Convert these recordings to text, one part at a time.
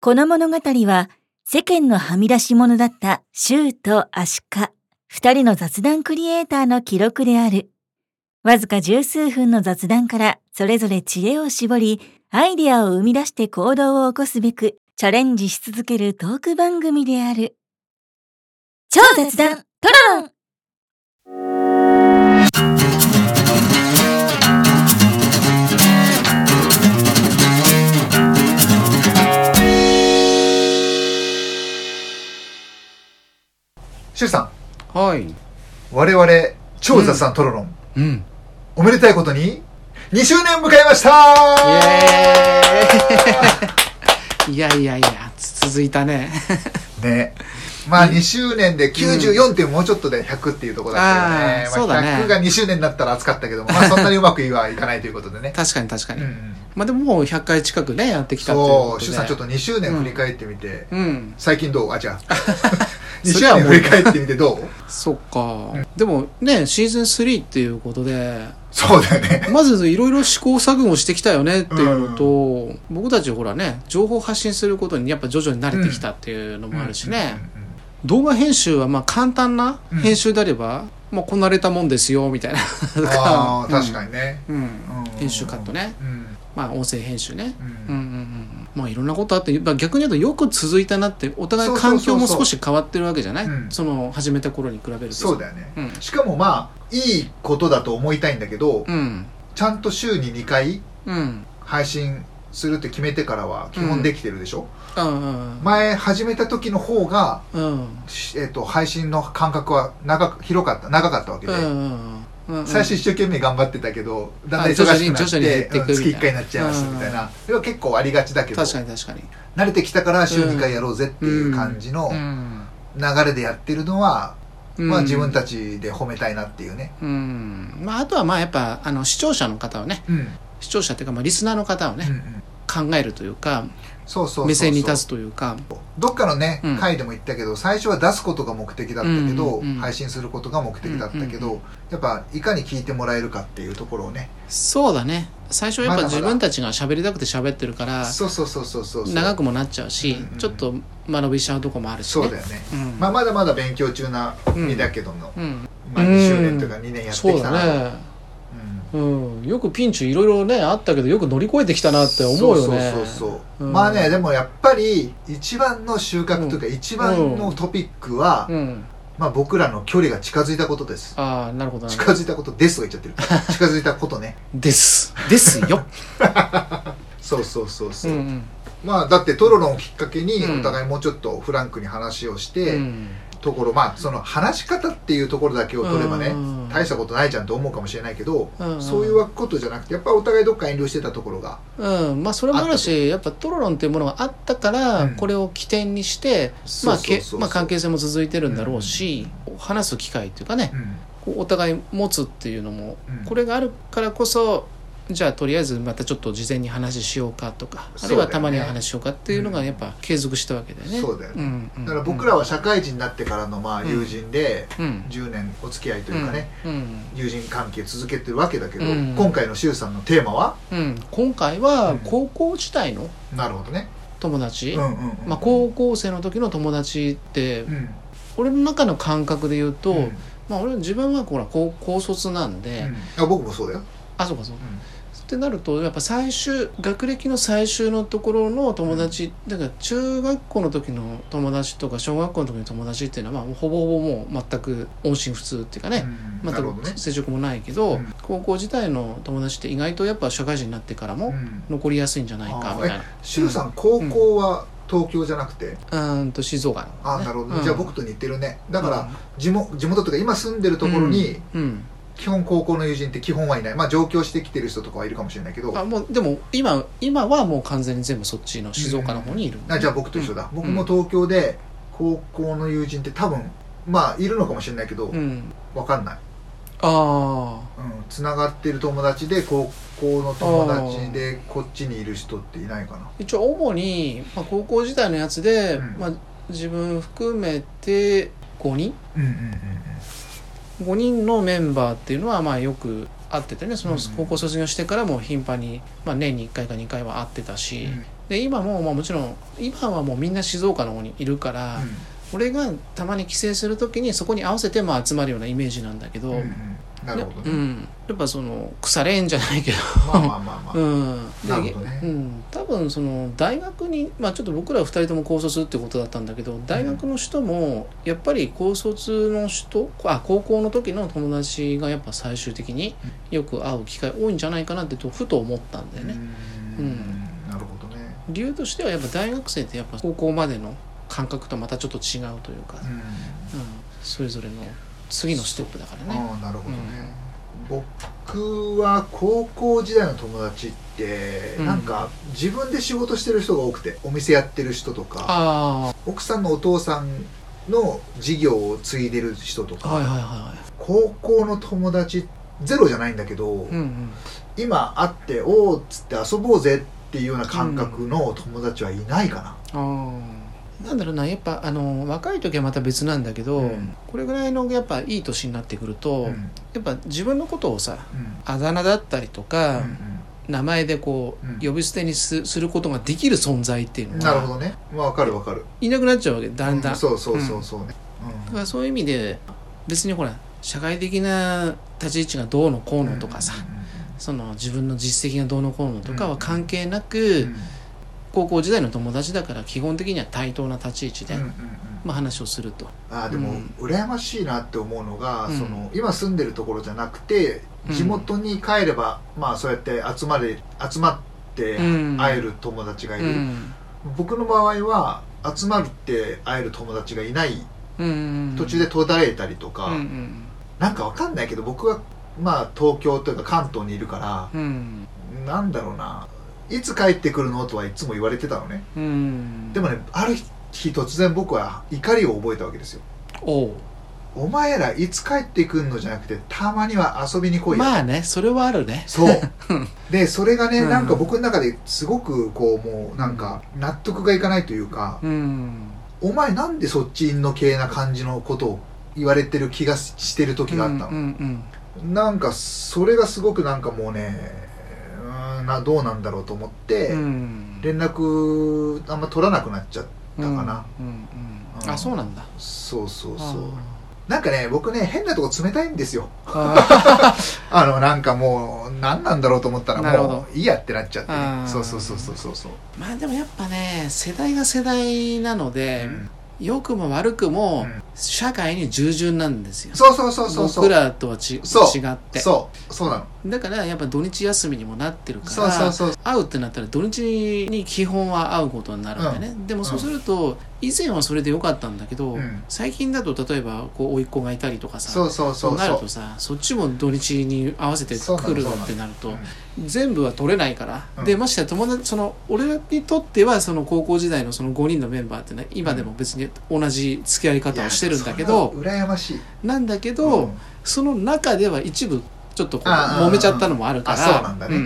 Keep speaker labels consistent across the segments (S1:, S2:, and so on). S1: この物語は世間のはみ出し者だったシューとアシカ、二人の雑談クリエイターの記録である。わずか十数分の雑談からそれぞれ知恵を絞り、アイデアを生み出して行動を起こすべくチャレンジし続けるトーク番組である。超雑談トロロン
S2: シュウさん、
S3: はい。
S2: 我々、超雑さんトロロン、
S3: うん。
S2: おめでたいことに、2周年迎えましたー
S3: イエーイいやいやいや、つ続いたね。
S2: ね。まあ2周年で94ってもうちょっとで100っていうところだったけどね。
S3: あー
S2: まあ、
S3: そうだね。
S2: 100が2周年になったら熱かったけども、まあそんなにうまくはいかないということでね
S3: 確かに確か
S2: うん
S3: に。
S2: うん、
S3: まあでももう100回近くね、やってきたっていう
S2: そう、
S3: ことで。
S2: シュウさんちょっと2周年振り返ってみて、
S3: うん。
S2: 最近どうあ、じゃあ。2周
S3: それは
S2: 年
S3: もう
S2: 振り返ってみてどう
S3: そっか。でもね、シーズン3っていうことで、
S2: そうだよね。
S3: まずいろいろ試行錯誤してきたよねっていうのと、僕たちほらね、情報発信することにやっぱ徐々に慣れてきたっていうのもあるしね。
S2: うんうんうん
S3: 動画編集はまあ簡単な
S2: うん
S3: 編集であれば、まあこなれたもんですよ、み たいな。と
S2: ああ、
S3: うん
S2: 確かにね。
S3: うん
S2: うん
S3: 編集カットね。
S2: うん。
S3: まあ音声編集ね
S2: う。
S3: うんう
S2: ん。
S3: んうんうん。まあいろんなことあって、まあ、逆に言うとよく続いたなって、お互い環境も
S2: そうそうそうそう
S3: 少し変わってるわけじゃない
S2: うん
S3: その始めた頃に比べると。
S2: そうだよね。
S3: うん。
S2: しかもまあ、いいことだと思いたいんだけど、
S3: うん。
S2: ちゃんと週に2回
S3: うん。
S2: 配信するって決めてからは基本できてるでしょ、
S3: うん。
S2: 前始めた時の方が、
S3: うん。
S2: しえっと配信の間隔は長く広かった長かったわけ
S3: う
S2: で、
S3: ん。うん。
S2: 最初
S3: うん
S2: 一生懸命頑張ってたけどだんだん
S3: あ
S2: 忙
S3: 徐々
S2: し
S3: に
S2: くなっ
S3: 徐々に減
S2: て
S3: って
S2: うん
S3: くみたいな
S2: 月1回になっちゃいましたみたいなそれは結構ありがちだけど
S3: 確か
S2: 慣
S3: に確かに。
S2: れてきたから週2回やろうぜっていう感じの
S3: うん。
S2: 流れでやってるのは、まあ、自分
S3: ち。
S2: たちで褒めたいなっていうね、
S3: うん。まああとはまあやっぱ、あの、視聴者の方をね、
S2: うんうん
S3: 視聴者っていうかまあリスナーの方をね、
S2: うん
S3: 考えるというか、
S2: そうそうそうそう
S3: 目線に立つというか、
S2: どっかのね、
S3: うん
S2: 回でも言ったけど、最初は出すことが目的だったけど、
S3: うんうんうん
S2: 配信することが目的だったけど、
S3: うんう
S2: やっぱいかに聞いてもらえるかっていうところをね、
S3: そうだね。最初やっ
S2: ま
S3: ぱ
S2: だまだ
S3: 自分たちが喋りたくて喋ってるから、
S2: そうそうそうそうそうそう
S3: 長くもなっちゃうし、
S2: うんうん
S3: ちょっと間延びしちゃうとこもあるし、ね。
S2: そうだよね、
S3: うん。
S2: まあ、まだまだ勉強中な身だけども、
S3: うん。
S2: まあ、2周年とか2年やって
S3: そう
S2: きたな、うん
S3: だね。うん。よくピンチいろいろね、あったけど、よく乗り越えてきたなって思うよね。
S2: そうそうそうそう、
S3: うん
S2: まあねでもやっぱり一番の収穫というか一番のトピックは、
S3: ん。
S2: まあ、僕らの距離が近づいたことです
S3: ああ、なるほどなるほ
S2: 近
S3: ど。
S2: づいたことですとか言っちゃってる近づいたことね
S3: です。ですよ。
S2: そうそうそう そうう、
S3: んうん。
S2: まあだってトロロンをきっかけに
S3: うん
S2: お互いもうちょっとフランクに話をし
S3: う
S2: て、
S3: ん。
S2: ところまあその話し方っていうところだけを取ればね
S3: うん
S2: 大したことないじゃんと思うかもしれないけど
S3: うん
S2: そういうことじゃなくてやっぱお互いどっか遠慮してたところが
S3: うん、まあそれもあるしやっぱトロロンっていうものがあったから、
S2: うん
S3: これを起点にして
S2: そ
S3: ま
S2: う
S3: あ
S2: そう
S3: け
S2: そうそう
S3: まあ関係性も続いてるんだろうし、話す機会っていうかね
S2: うん
S3: こうお互い持つっていうのも、
S2: うん
S3: これがあるからこそじゃあとりあえずまたちょっと事前に話ししようかとかあ
S2: そ
S3: るい
S2: うだよ
S3: は
S2: ね
S3: たまには話しようかっていうの
S2: う
S3: が
S2: ん
S3: やっぱ継続したわけだよね。
S2: そうだよね
S3: ん
S2: だから僕らは社会人になってからのまあ
S3: うん
S2: 友人で
S3: うん
S2: 10年お付き合いというかね、
S3: うん
S2: 友人関係続けてるわけだけど、
S3: うん
S2: 今回の周さんのテーマは
S3: うん、今回
S2: う
S3: は
S2: ん
S3: 高校時代の
S2: なるほどね
S3: 友達、
S2: うんうんうん
S3: まあ、高校生の時の友達って、
S2: うん
S3: 俺の中の感覚で言うと、
S2: うん
S3: まあ、俺自分はほら高高卒なんで、
S2: うんあ僕もそうだよ、
S3: あそうかそう
S2: う
S3: か
S2: ん
S3: ってなるとやっぱ最終学歴の最終のところの友達、だから中学校の時の友達とか小学校の時の友達っていうのは、まあ、ほぼほぼもう全く音信不通っていうかね、
S2: うん
S3: ま
S2: なるほどね
S3: た、接触もないけ
S2: う
S3: ど、
S2: ん
S3: 高校時代の友達って意外とやっぱ社会人になってから
S2: う
S3: も
S2: ん
S3: 残りやすいんじゃないかみたいな、
S2: 周さん高校は東京じゃなくて、
S3: うーんと静岡の方ね、
S2: あなるほど、
S3: うん
S2: じゃあ僕と似てるねだから、地元地元というか今住んでるところに
S3: うんうん
S2: 基本高校の友人って基本はいないまあ上京してきてる人とかはいるかもしれないけど
S3: あもうでも今今はもう完全に全部そっちの静岡の方にいる、
S2: あじゃあ僕と一緒だ、
S3: うん
S2: 僕も東京で高校の友人って多分まあいるのかもしれないけど、
S3: うん
S2: わかんない
S3: あ
S2: つな、繋がってる友達で高校の友達でこっちにいる人っていないかな
S3: あ一応主に、まあ、高校時代のやつで、
S2: うん
S3: まあ、自分含めて5人
S2: うんうんうんうん
S3: 5人のメンバーっていうのはまあよく会っててねその
S2: うん
S3: 高校卒業してからも頻繁に、まあ、年に1回か2回は会ってたし、で今も、まあ、もちろん今はもうみんな静岡の方にいるから、俺がたまに帰省する時にそこに合わせてまあ集まるようなイメージなんだけど、
S2: うんうんなるほど
S3: う
S2: ね。
S3: ん、やっぱその腐れ縁じゃないけど
S2: まあまあまあまあ。
S3: うん、で
S2: なるほどね
S3: うん、多分その大学に、まあ、ちょっと僕ら2人とも高卒ってことだったんだけど大学の人もやっぱり高卒の人あ高校の時の友達がやっぱ最終的によく会う機会多いんじゃないかなってとふと思ったんだよね。
S2: う
S3: うん
S2: んなるほどね。
S3: 理由としてはやっぱ大学生ってやっぱ高校までの感覚とまたちょっと違うというか、うん、それぞれの次のステップだからね。
S2: ああなるほどね、僕は高校時代の友達って、
S3: うん
S2: なんか自分で仕事してる人が多くてお店やってる人とか
S3: あ
S2: 奥さんのお父さんの事業を継いでる人と
S3: あ
S2: か、
S3: はいはいは
S2: 高校の友達ゼロじゃないんだけど、
S3: い。うんうん
S2: 今会っておうっつって遊ぼうぜっていうような感覚の友達はいないかな、
S3: なんだろうなやっぱあの若い時はまた別なんだけど、
S2: うん
S3: これぐらいのやっぱいい年になってくると、
S2: うん
S3: やっぱ自分のことをさ
S2: うん
S3: あだ名だったりと
S2: う
S3: か、
S2: ん
S3: 名前でこう、
S2: うん
S3: 呼び捨てにすすることができる存在っていう
S2: うん
S3: の
S2: なるほ
S3: は
S2: どねまあわかるわかる
S3: いなくなっちゃうわけだんだん、
S2: う
S3: だ
S2: そうそうそうそうね、うん
S3: からそういう意味で別にほら社会的な立ち位置がどうのこうのとかさ、その自分の実績がどうのこうのとかは関係なく、
S2: うんうんうん
S3: 高校時代の友達だから基本的には対等な立ち位置で、
S2: うんうんうん
S3: まあ、話をすると。
S2: あーでも
S3: うん
S2: 羨ましいなって思うのが、
S3: うん
S2: その今住んでるところじゃなくて
S3: うん
S2: 地元に帰れば、まあそうやって集まれ集まって
S3: うん
S2: 会える友達がいる、
S3: うん
S2: 僕の場合は集まって会える友達がいない
S3: うん
S2: 途中で途絶えたりとか、
S3: うんうん
S2: なんかわかんないけど僕はまあ東京というか関東にいるか
S3: うん
S2: らなんだろうないつ帰ってくるのとはいつも言われてたのね
S3: うん
S2: でもねある日突然僕は怒りを覚えたわけですよ
S3: おう
S2: お前らいつ帰ってくんのじゃなくてたまには遊びに来いよ、
S3: まあねそれはあるね
S2: そう でそれがね、
S3: うん
S2: なんか僕の中ですごくこうもうなんか納得がいかないというか、
S3: うん
S2: お前なんでそっちの系な感じのことを言われてる気がしてる時があったの、
S3: うんうん
S2: なんかそれがすごくなんかもうねうーんなどうなんだろうと思って、
S3: うん
S2: 連絡あんま取らなくなっちゃった
S3: う
S2: か
S3: ん
S2: な
S3: うんうん
S2: うん
S3: あそうなんだ
S2: そうそうそうなんかね僕ね変なとこ冷たいんですよ
S3: あ
S2: あの、なんかもう、何なんだろうと思った
S3: な
S2: ら、
S3: るほど
S2: もう、いいやってなっちゃって
S3: あ
S2: ね。
S3: ー
S2: そうそうそうそうそうそう。
S3: ー まあでもやっぱね世代が世代なので
S2: うん
S3: 良くも悪く
S2: う
S3: も
S2: ん
S3: 社会に従順なんですよ
S2: そうそうそうそうそう。
S3: 僕らとはち違
S2: そう
S3: って
S2: そう、そうなの。
S3: だからやっぱ土日休みにもなってるから
S2: そうそうそう。
S3: 会うってなったら土日に基本は会うことになるんだよね、でもそうすると以前はそれでよかったんだけど、
S2: うん
S3: 最近だと例えばこう甥っ子がいたりとかさ
S2: そうそうそう
S3: となる
S2: そ
S3: とさそっちも土日に合わせて
S2: そうなの
S3: 来る
S2: そうなの
S3: ってなると
S2: うん
S3: 全部は取れないから、
S2: うん。
S3: でましてや友達その俺にとってはその高校時代のその5人のメンバーってね今でも別に同じ付き合いう方をしてるんだけ
S2: い
S3: ど
S2: やそれは羨ましい。
S3: なんだけ
S2: う
S3: ど、
S2: ん
S3: その中では一部ちょっとこう
S2: ああ
S3: 揉めちゃったのもあるから
S2: あそうなんだね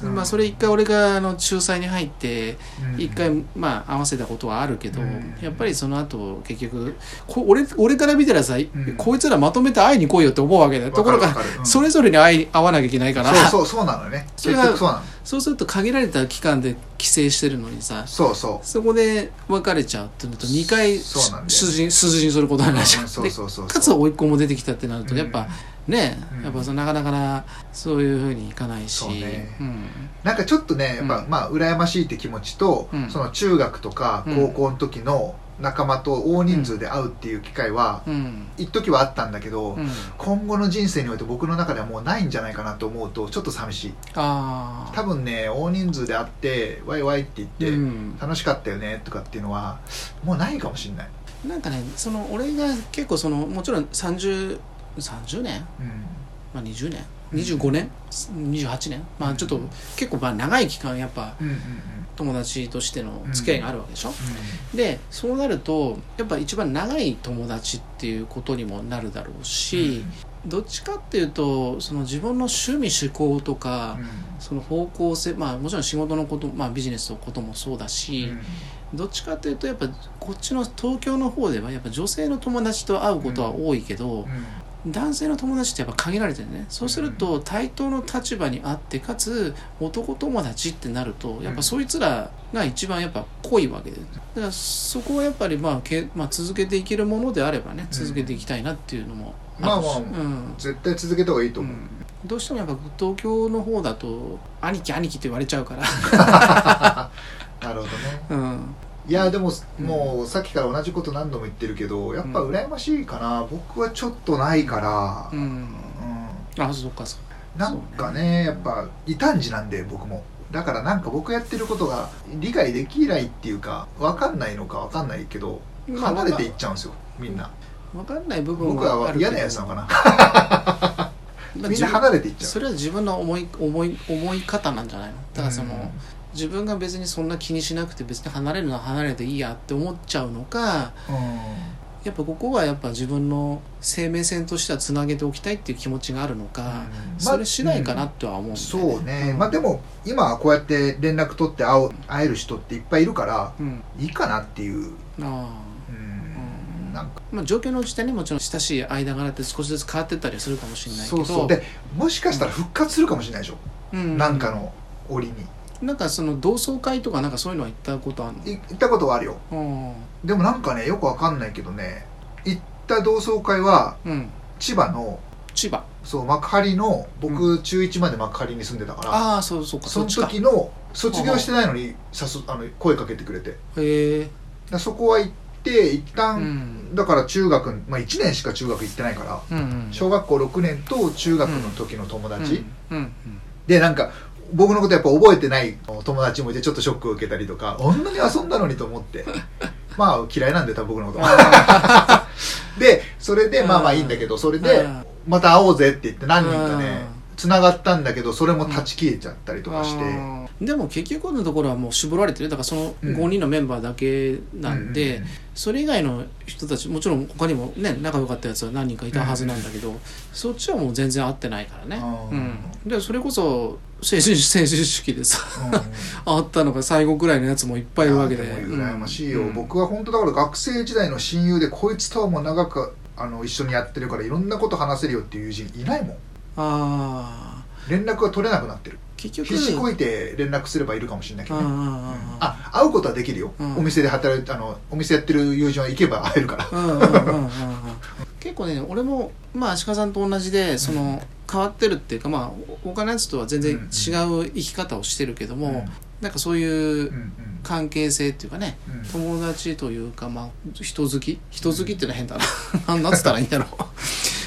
S3: うんまあ、それ一回俺があの仲裁に入って
S2: うん
S3: 一回まあ合わせたことはあるけど、
S2: うん
S3: やっぱりその後結局こ俺俺から見たらさ、
S2: ん
S3: こいつらまとめて会いに来いよって思うわけだよところ
S2: わ
S3: が
S2: かるわかるうん
S3: それぞれに会い会わなきゃいけないから
S2: そうそう、そうなのね。
S3: そ
S2: 結
S3: れが
S2: 局そうなの。
S3: そうすると限られた期間で帰省してるのにさ
S2: そうそう。
S3: そこで別れちゃうってなると2回
S2: そうなんだよね
S3: 出陣出陣することになっちゃ
S2: う
S3: うん
S2: そうそうそう
S3: でかつ甥っ子も出てきたってなるとやっぱ、ね
S2: うん
S3: やっぱそのなかなかなそういうふうにいかないし
S2: そうね
S3: うん
S2: なんかちょっとね、やっぱ、
S3: うん
S2: まあ、羨ましいって気持ちと、
S3: うん
S2: その中学とか高校の時の仲間と大人数で会うっていう機会は、
S3: うん
S2: 一時はあったんだけど、
S3: うん
S2: 今後の人生において僕の中ではもうないんじゃないかなと思うとちょっと寂しい
S3: ああ
S2: 多分ね大人数で会ってワイワイって言って、
S3: うん
S2: 楽しかったよねとかっていうのはもうないかもしれない、
S3: なんかねその俺が結構そのもちろん3030年、
S2: う
S3: まあ、20年25年、28年まあちょっと結構まあ長い期間やっぱ
S2: ん、うんうんうん
S3: 友達としての付き合いがあるわけでしょ、でそうなるとやっぱ一番長い友達っていうことにもなるだろうし、どっちかっていうとその自分の趣味嗜好とか、
S2: うん
S3: その方向性まあもちろん仕事のこと、まあ、ビジネスのこともそうだし、どっちかというとやっぱこっちの東京の方ではやっぱ女性の友達と会うことは多いけ
S2: う
S3: ど、
S2: ん
S3: 男性の友達ってやっぱ限られてるねそうすると対等の立場にあってかつ男友達ってなるとやっぱそいつらが一番やっぱ濃いわけでだからそこはやっぱりまあけ、まあ、続けていけるものであればね続けていきたいなっていうのも
S2: まあ
S3: るし
S2: まあ
S3: うん
S2: 絶対続けた方がいいと
S3: う
S2: 思う、
S3: んどうしてもやっぱ東京の方だと兄貴兄貴って言われちゃうから、
S2: なるほどね
S3: うん、
S2: いやでも、
S3: うん
S2: もうさっきから同じこと何度も言ってるけどやっぱ羨ましいかな、僕はちょっとないから、
S3: うん、
S2: うん
S3: あそっかそっか
S2: なんかねやっぱ異端児なんで僕もだからなんか僕やってることが理解できないっていうか分かんないのか分かんないけど
S3: まあ
S2: 離れていっちゃうんですよみんな
S3: 分かんない部分
S2: 僕は
S3: けど
S2: 嫌なやつなのかな
S3: まあ
S2: みんな
S3: 自分
S2: 離れていっちゃ
S3: それは自分の思い思い思い方なんじゃないのだからその、
S2: うん
S3: 自分が別にそんな気にしなくて別に離れるのは離れていいやって思っちゃうのか
S2: ううん
S3: やっぱここはやっぱ自分の生命線としてはつなげておきたいっていう気持ちがあるのか、それ次第かなとは思うんだよね、
S2: そうね、まあでも今はこうやって連絡取って会う会える人っていっぱいいるから
S3: うん
S2: いいかなっていう、
S3: ああ
S2: う
S3: うん
S2: ん、なんか
S3: まあ、状況のうちでねもちろん親しい間柄って少しずつ変わってったりはするかもしれないけ
S2: そ
S3: ど
S2: うそうでもしかしたら復活するかもしれないでしょ、
S3: うん
S2: なんかの折に
S3: なんかその同窓会とかなんかそういうのは行ったことある
S2: い行ったことはあるよ
S3: の
S2: でもなんかねよくわかんないけどね行った同窓会は
S3: うん、うん、
S2: 千葉の
S3: 千葉
S2: そう幕張の僕、中1まで幕張に住んでたから
S3: ああそうそうか
S2: そ
S3: そ
S2: の
S3: っちか
S2: 時の卒業してないのに誘あの声かけてくれてだか
S3: へえ
S2: らそこは行って一
S3: う
S2: 旦、
S3: ん
S2: だから中学、まあ、1年しか中学行ってないから
S3: うんうん
S2: 小学校6年と中学の時の友達、
S3: うんうん
S2: でなんか僕のことやっぱ覚えてない友達もいてちょっとショックを受けたりとかあんなに遊んだのにと思って まあ嫌いなんで多分僕のこと でそれで
S3: うん
S2: まあまあいいんだけどそれで
S3: うん
S2: また会おうぜって言って何人かね
S3: うん
S2: 繋がったんだけどそれも断ち切れちゃったりとかして、
S3: あーでも結局のところはもう絞られてるだからその
S2: うん
S3: 5人のメンバーだけなんで、
S2: うんうんうん
S3: それ以外の人たちもちろん他にもね仲良かったやつは何人かいたはずなんだけど、そっちはもう全然合ってないからね
S2: あ、
S3: う
S2: ー
S3: ん、でそれこそ成人成人式でさ
S2: う
S3: 会ったのが最後くらいのやつもいっぱいいるわ
S2: ん、
S3: け
S2: で
S3: で
S2: も羨ましいよ、
S3: うん
S2: 僕は本当だから学生時代の親友でこいつとはもう長くあの一緒にやってるからいろんなこと話せるよっていう友人いないもん
S3: ああ
S2: 連絡が取れなくなってる
S3: 結局
S2: 必死こいて連絡すればいるかもしれないけ
S3: あ
S2: ど
S3: ー
S2: ね、
S3: あ
S2: あ会うことはできるよ、
S3: うん
S2: お店で働いてあのお店やってる友人は行けば 会えるから
S3: ー、うんうんうんうんうん結構ね俺もまあ足利さんと同じでその、変わってるっていうかまあお他のやつとは全然違う生き方をしてるけども、なんかそういううん関係性っていうかね
S2: うんうん
S3: 友達というかまあ人好き人好きってのは変だな なんなんつったらいいんだろう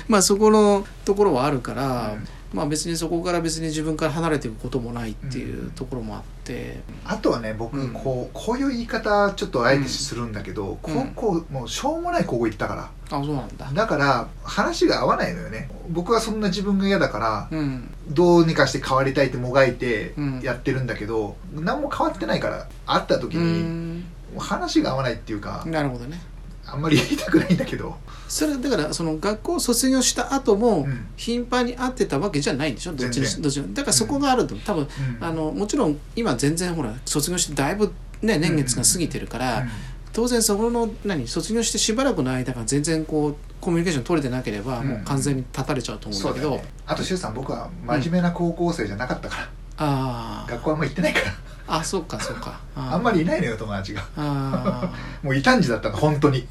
S3: まあそこのところはあるから、
S2: うん
S3: まあ別にそこから別に自分から離れていくこともないっていううんところもあって、
S2: あとはね僕、
S3: うん
S2: こうこういう言い方ちょっとあえてするんだけど、高校もうしょうもない高校行ったか
S3: あそうなんだ
S2: らだから話が合わないのよね僕はそんな自分が嫌だから
S3: うん
S2: どうにかして変わりたいってもがいて
S3: うん
S2: やってるんだけど、何も変わってないから会った時
S3: う
S2: に
S3: ん
S2: もう話が合わないっていうか、
S3: なるほどね
S2: あんまり言いたくないんだけど、
S3: それだからその学校を卒業した後も
S2: うん
S3: 頻繁に会ってたわけじゃないんでしょどっちにし
S2: 全然
S3: どっちにだからそこがあると思う多分
S2: うん
S3: あのもちろん今全然ほら卒業してだいぶ、ね、年月が過ぎてるから、
S2: うん
S3: 当然そこの何卒業してしばらくの間が全然こうコミュニケーション取れてなければ、
S2: うん
S3: もう完全に断たれちゃうと思うん
S2: そ
S3: だ
S2: う
S3: け
S2: だ
S3: ど
S2: よ、ね、あと柊さん僕は真面目な高校生じゃなかったから、
S3: あー
S2: 学校あんま行ってないから
S3: あそうかそうかあ
S2: あんまりいないのよ友達が
S3: あ
S2: もう異端児だったの本当 に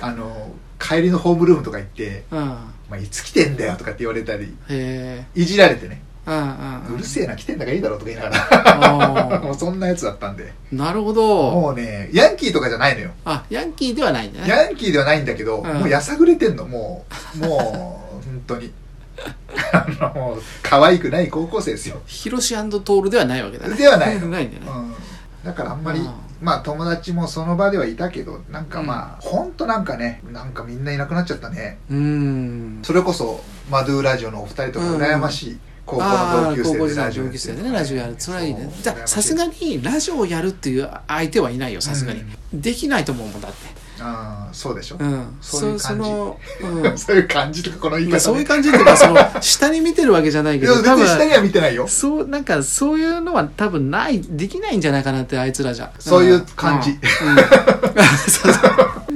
S2: あの帰りのホームルームとか行って
S3: ーう
S2: 「
S3: ん
S2: まあ、いつ来てんだよ」とかって言われた り
S3: へえ
S2: いじられてね
S3: うん
S2: 「
S3: うん
S2: うる
S3: え
S2: せえな来てんだからいいだろ」とか言いながら もうそんなやつだったんで
S3: なるほど
S2: もうねヤンキーとかじゃないのよ
S3: あヤンキーではないんだね
S2: ヤンキーではないんだけど、
S3: ん
S2: もうやさぐれてんのもうもう本当に あのもう可愛くない高校生ですよ
S3: ヒロシトールではないわけだね
S2: ではないの
S3: ないんだよね、
S2: うんだからあんまり、
S3: うん
S2: まあ友達もその場ではいたけどなんかまあ、ほんとなんかねなんかみんないなくなっちゃったね
S3: うーん
S2: それこそマドゥーラジオのお二人とか
S3: うん
S2: 羨ましい高校
S3: あ
S2: の
S3: あ
S2: 同級
S3: 高校
S2: 生
S3: 時
S2: で
S3: 代
S2: ラ
S3: の
S2: ジオ
S3: 同級生でねラジオやるそれはいいねじゃあさす
S2: に
S3: がにラジオをやるっていう相手はいないよさすがに、できないと思うもんだって
S2: ああそうでしょ、
S3: うん
S2: そういう感じ
S3: そその、
S2: そういう感じとかこの
S3: う
S2: 言
S3: ん
S2: い
S3: まあ、そ
S2: 方
S3: うい
S2: ね
S3: う感じっていうかその下に見てるわけじゃない
S2: い
S3: け
S2: や
S3: ど
S2: 全
S3: 多
S2: 然下に
S3: 分
S2: は見てないよ
S3: そうなんかそういうのは多分ないできないんじゃないかなってあいつらじゃ
S2: そういう感じ
S3: うんうん そうそう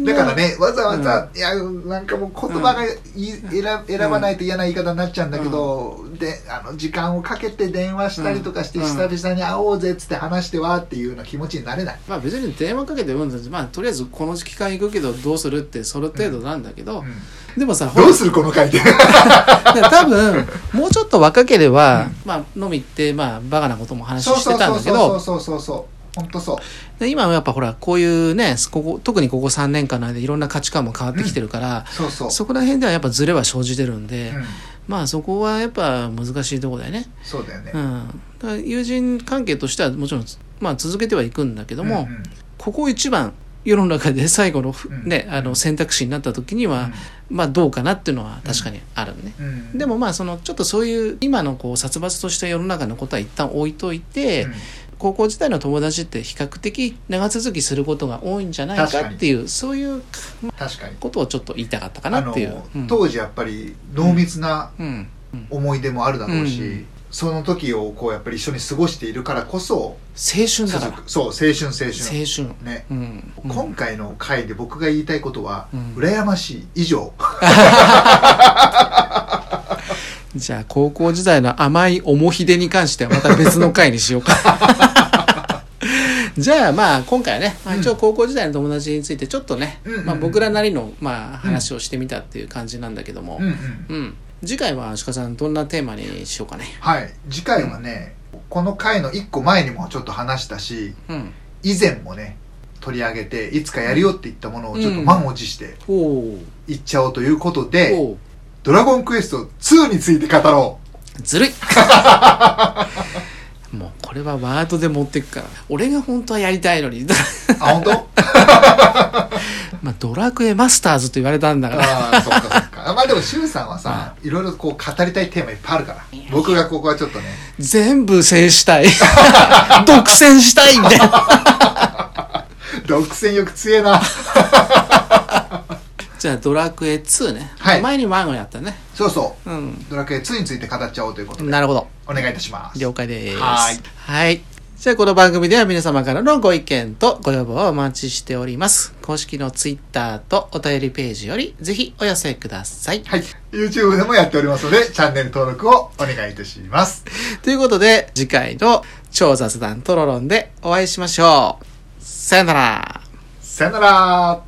S2: だからねわざわた、いや、なんかもう言葉がいい、選選ばないと嫌な言い方になっちゃうんだけど、で、あの、時間をかけて電話したりとかして、
S3: うん
S2: 久々に会おうぜっつって話してはっていうような気持ちになれない。
S3: まあ別に電話かけてうんまあとりあえずこの期間行くけどどうするってその程度なんだけど、
S2: うん
S3: でもさ
S2: どうするこの 回で。
S3: だから多 分もうちょっと若ければ、まあ飲み行ってまあバカなことも話してたんだけ
S2: そう
S3: ど
S2: そうそうそうそうそう。本当そう。
S3: で今はやっぱほらこういうねここ特にここ3年間の間いろんな価値観も変わってきてるから、
S2: そうそう。
S3: そこら辺ではやっぱズレは生じてるんで、
S2: うん
S3: まあそこはやっぱ難しいとこだよね。
S2: そうだよね
S3: う。ん、だから友人関係としてはもちろん、まあ、続けてはいくんだけども、
S2: うんうん
S3: ここ一番世の中で最後のふ、
S2: うん
S3: ねあの選択肢になった時には、まあどうかなっていうのは確かにあるね。
S2: うん
S3: でもまあそのちょっとそういう今のこう殺伐とした世の中のことは一旦置いといて、
S2: うん
S3: 高校時代の友達って比較的長続きすることが多いんじゃない
S2: 確か
S3: か
S2: に
S3: っていうそういう
S2: 確かに。
S3: ことをちょっと言いたかったか
S2: あ
S3: なっ
S2: の
S3: ていう。うん
S2: 当時やっぱり濃密な
S3: うんうん
S2: 思い出もあるだろうし、
S3: うん
S2: その時をこうやっぱり一緒に過ごしているからこそ
S3: 青春だから
S2: 続くそう青春青春
S3: 青春、
S2: ね、
S3: うん、
S2: 今回の回で僕が言いたいことは、
S3: うん
S2: 羨ましい以上
S3: じゃあ高校時代の甘い思い出に関してはまた別の回にしよ うか。じゃあまあ今回はね、まあ一応高校時代の友達についてちょっとね、
S2: うんうんうん
S3: まあ、僕らなりのまあ話をしてみたっていう感じなんだけども、
S2: うん、うん、
S3: うん次回は鹿さんどんなテーマにしようかね。
S2: はい次回はね、この回の1個前にもちょっと話したし
S3: うん、
S2: 以前もね取り上げていつかやるよって言ったものをちょっと
S3: うん
S2: 満を持して
S3: おー
S2: いっちゃおうということで「
S3: おー
S2: ドラゴンクエスト2」について語ろ う
S3: ずるい もうこれはワードで持ってくから俺が本当はやりたいのに
S2: あ 本当
S3: まあドラクエマスターズと言われたんだから
S2: ああそっかそっかまあでも柊さんはさいろいろこう語りたいテーマいっぱいあるから僕がここはちょっとね
S3: 全部制したい 独占したいみたいな
S2: 独占欲強えな
S3: じゃあドラクエ2ね、
S2: はい
S3: 前に1をやったね
S2: そうそう
S3: うん
S2: ドラクエ2について語っちゃおうということで
S3: なるほど
S2: お願いいたします
S3: 了解です
S2: はーい
S3: はいじゃあこの番組では皆様からのご意見とご要望をお待ちしております公式の Twitter とお便りページよりぜひお寄せください
S2: はい YouTube でもやっておりますのでチャンネル登録をお願いいたします
S3: ということで次回の超雑談トロロンでお会いしましょうさよなら
S2: さよなら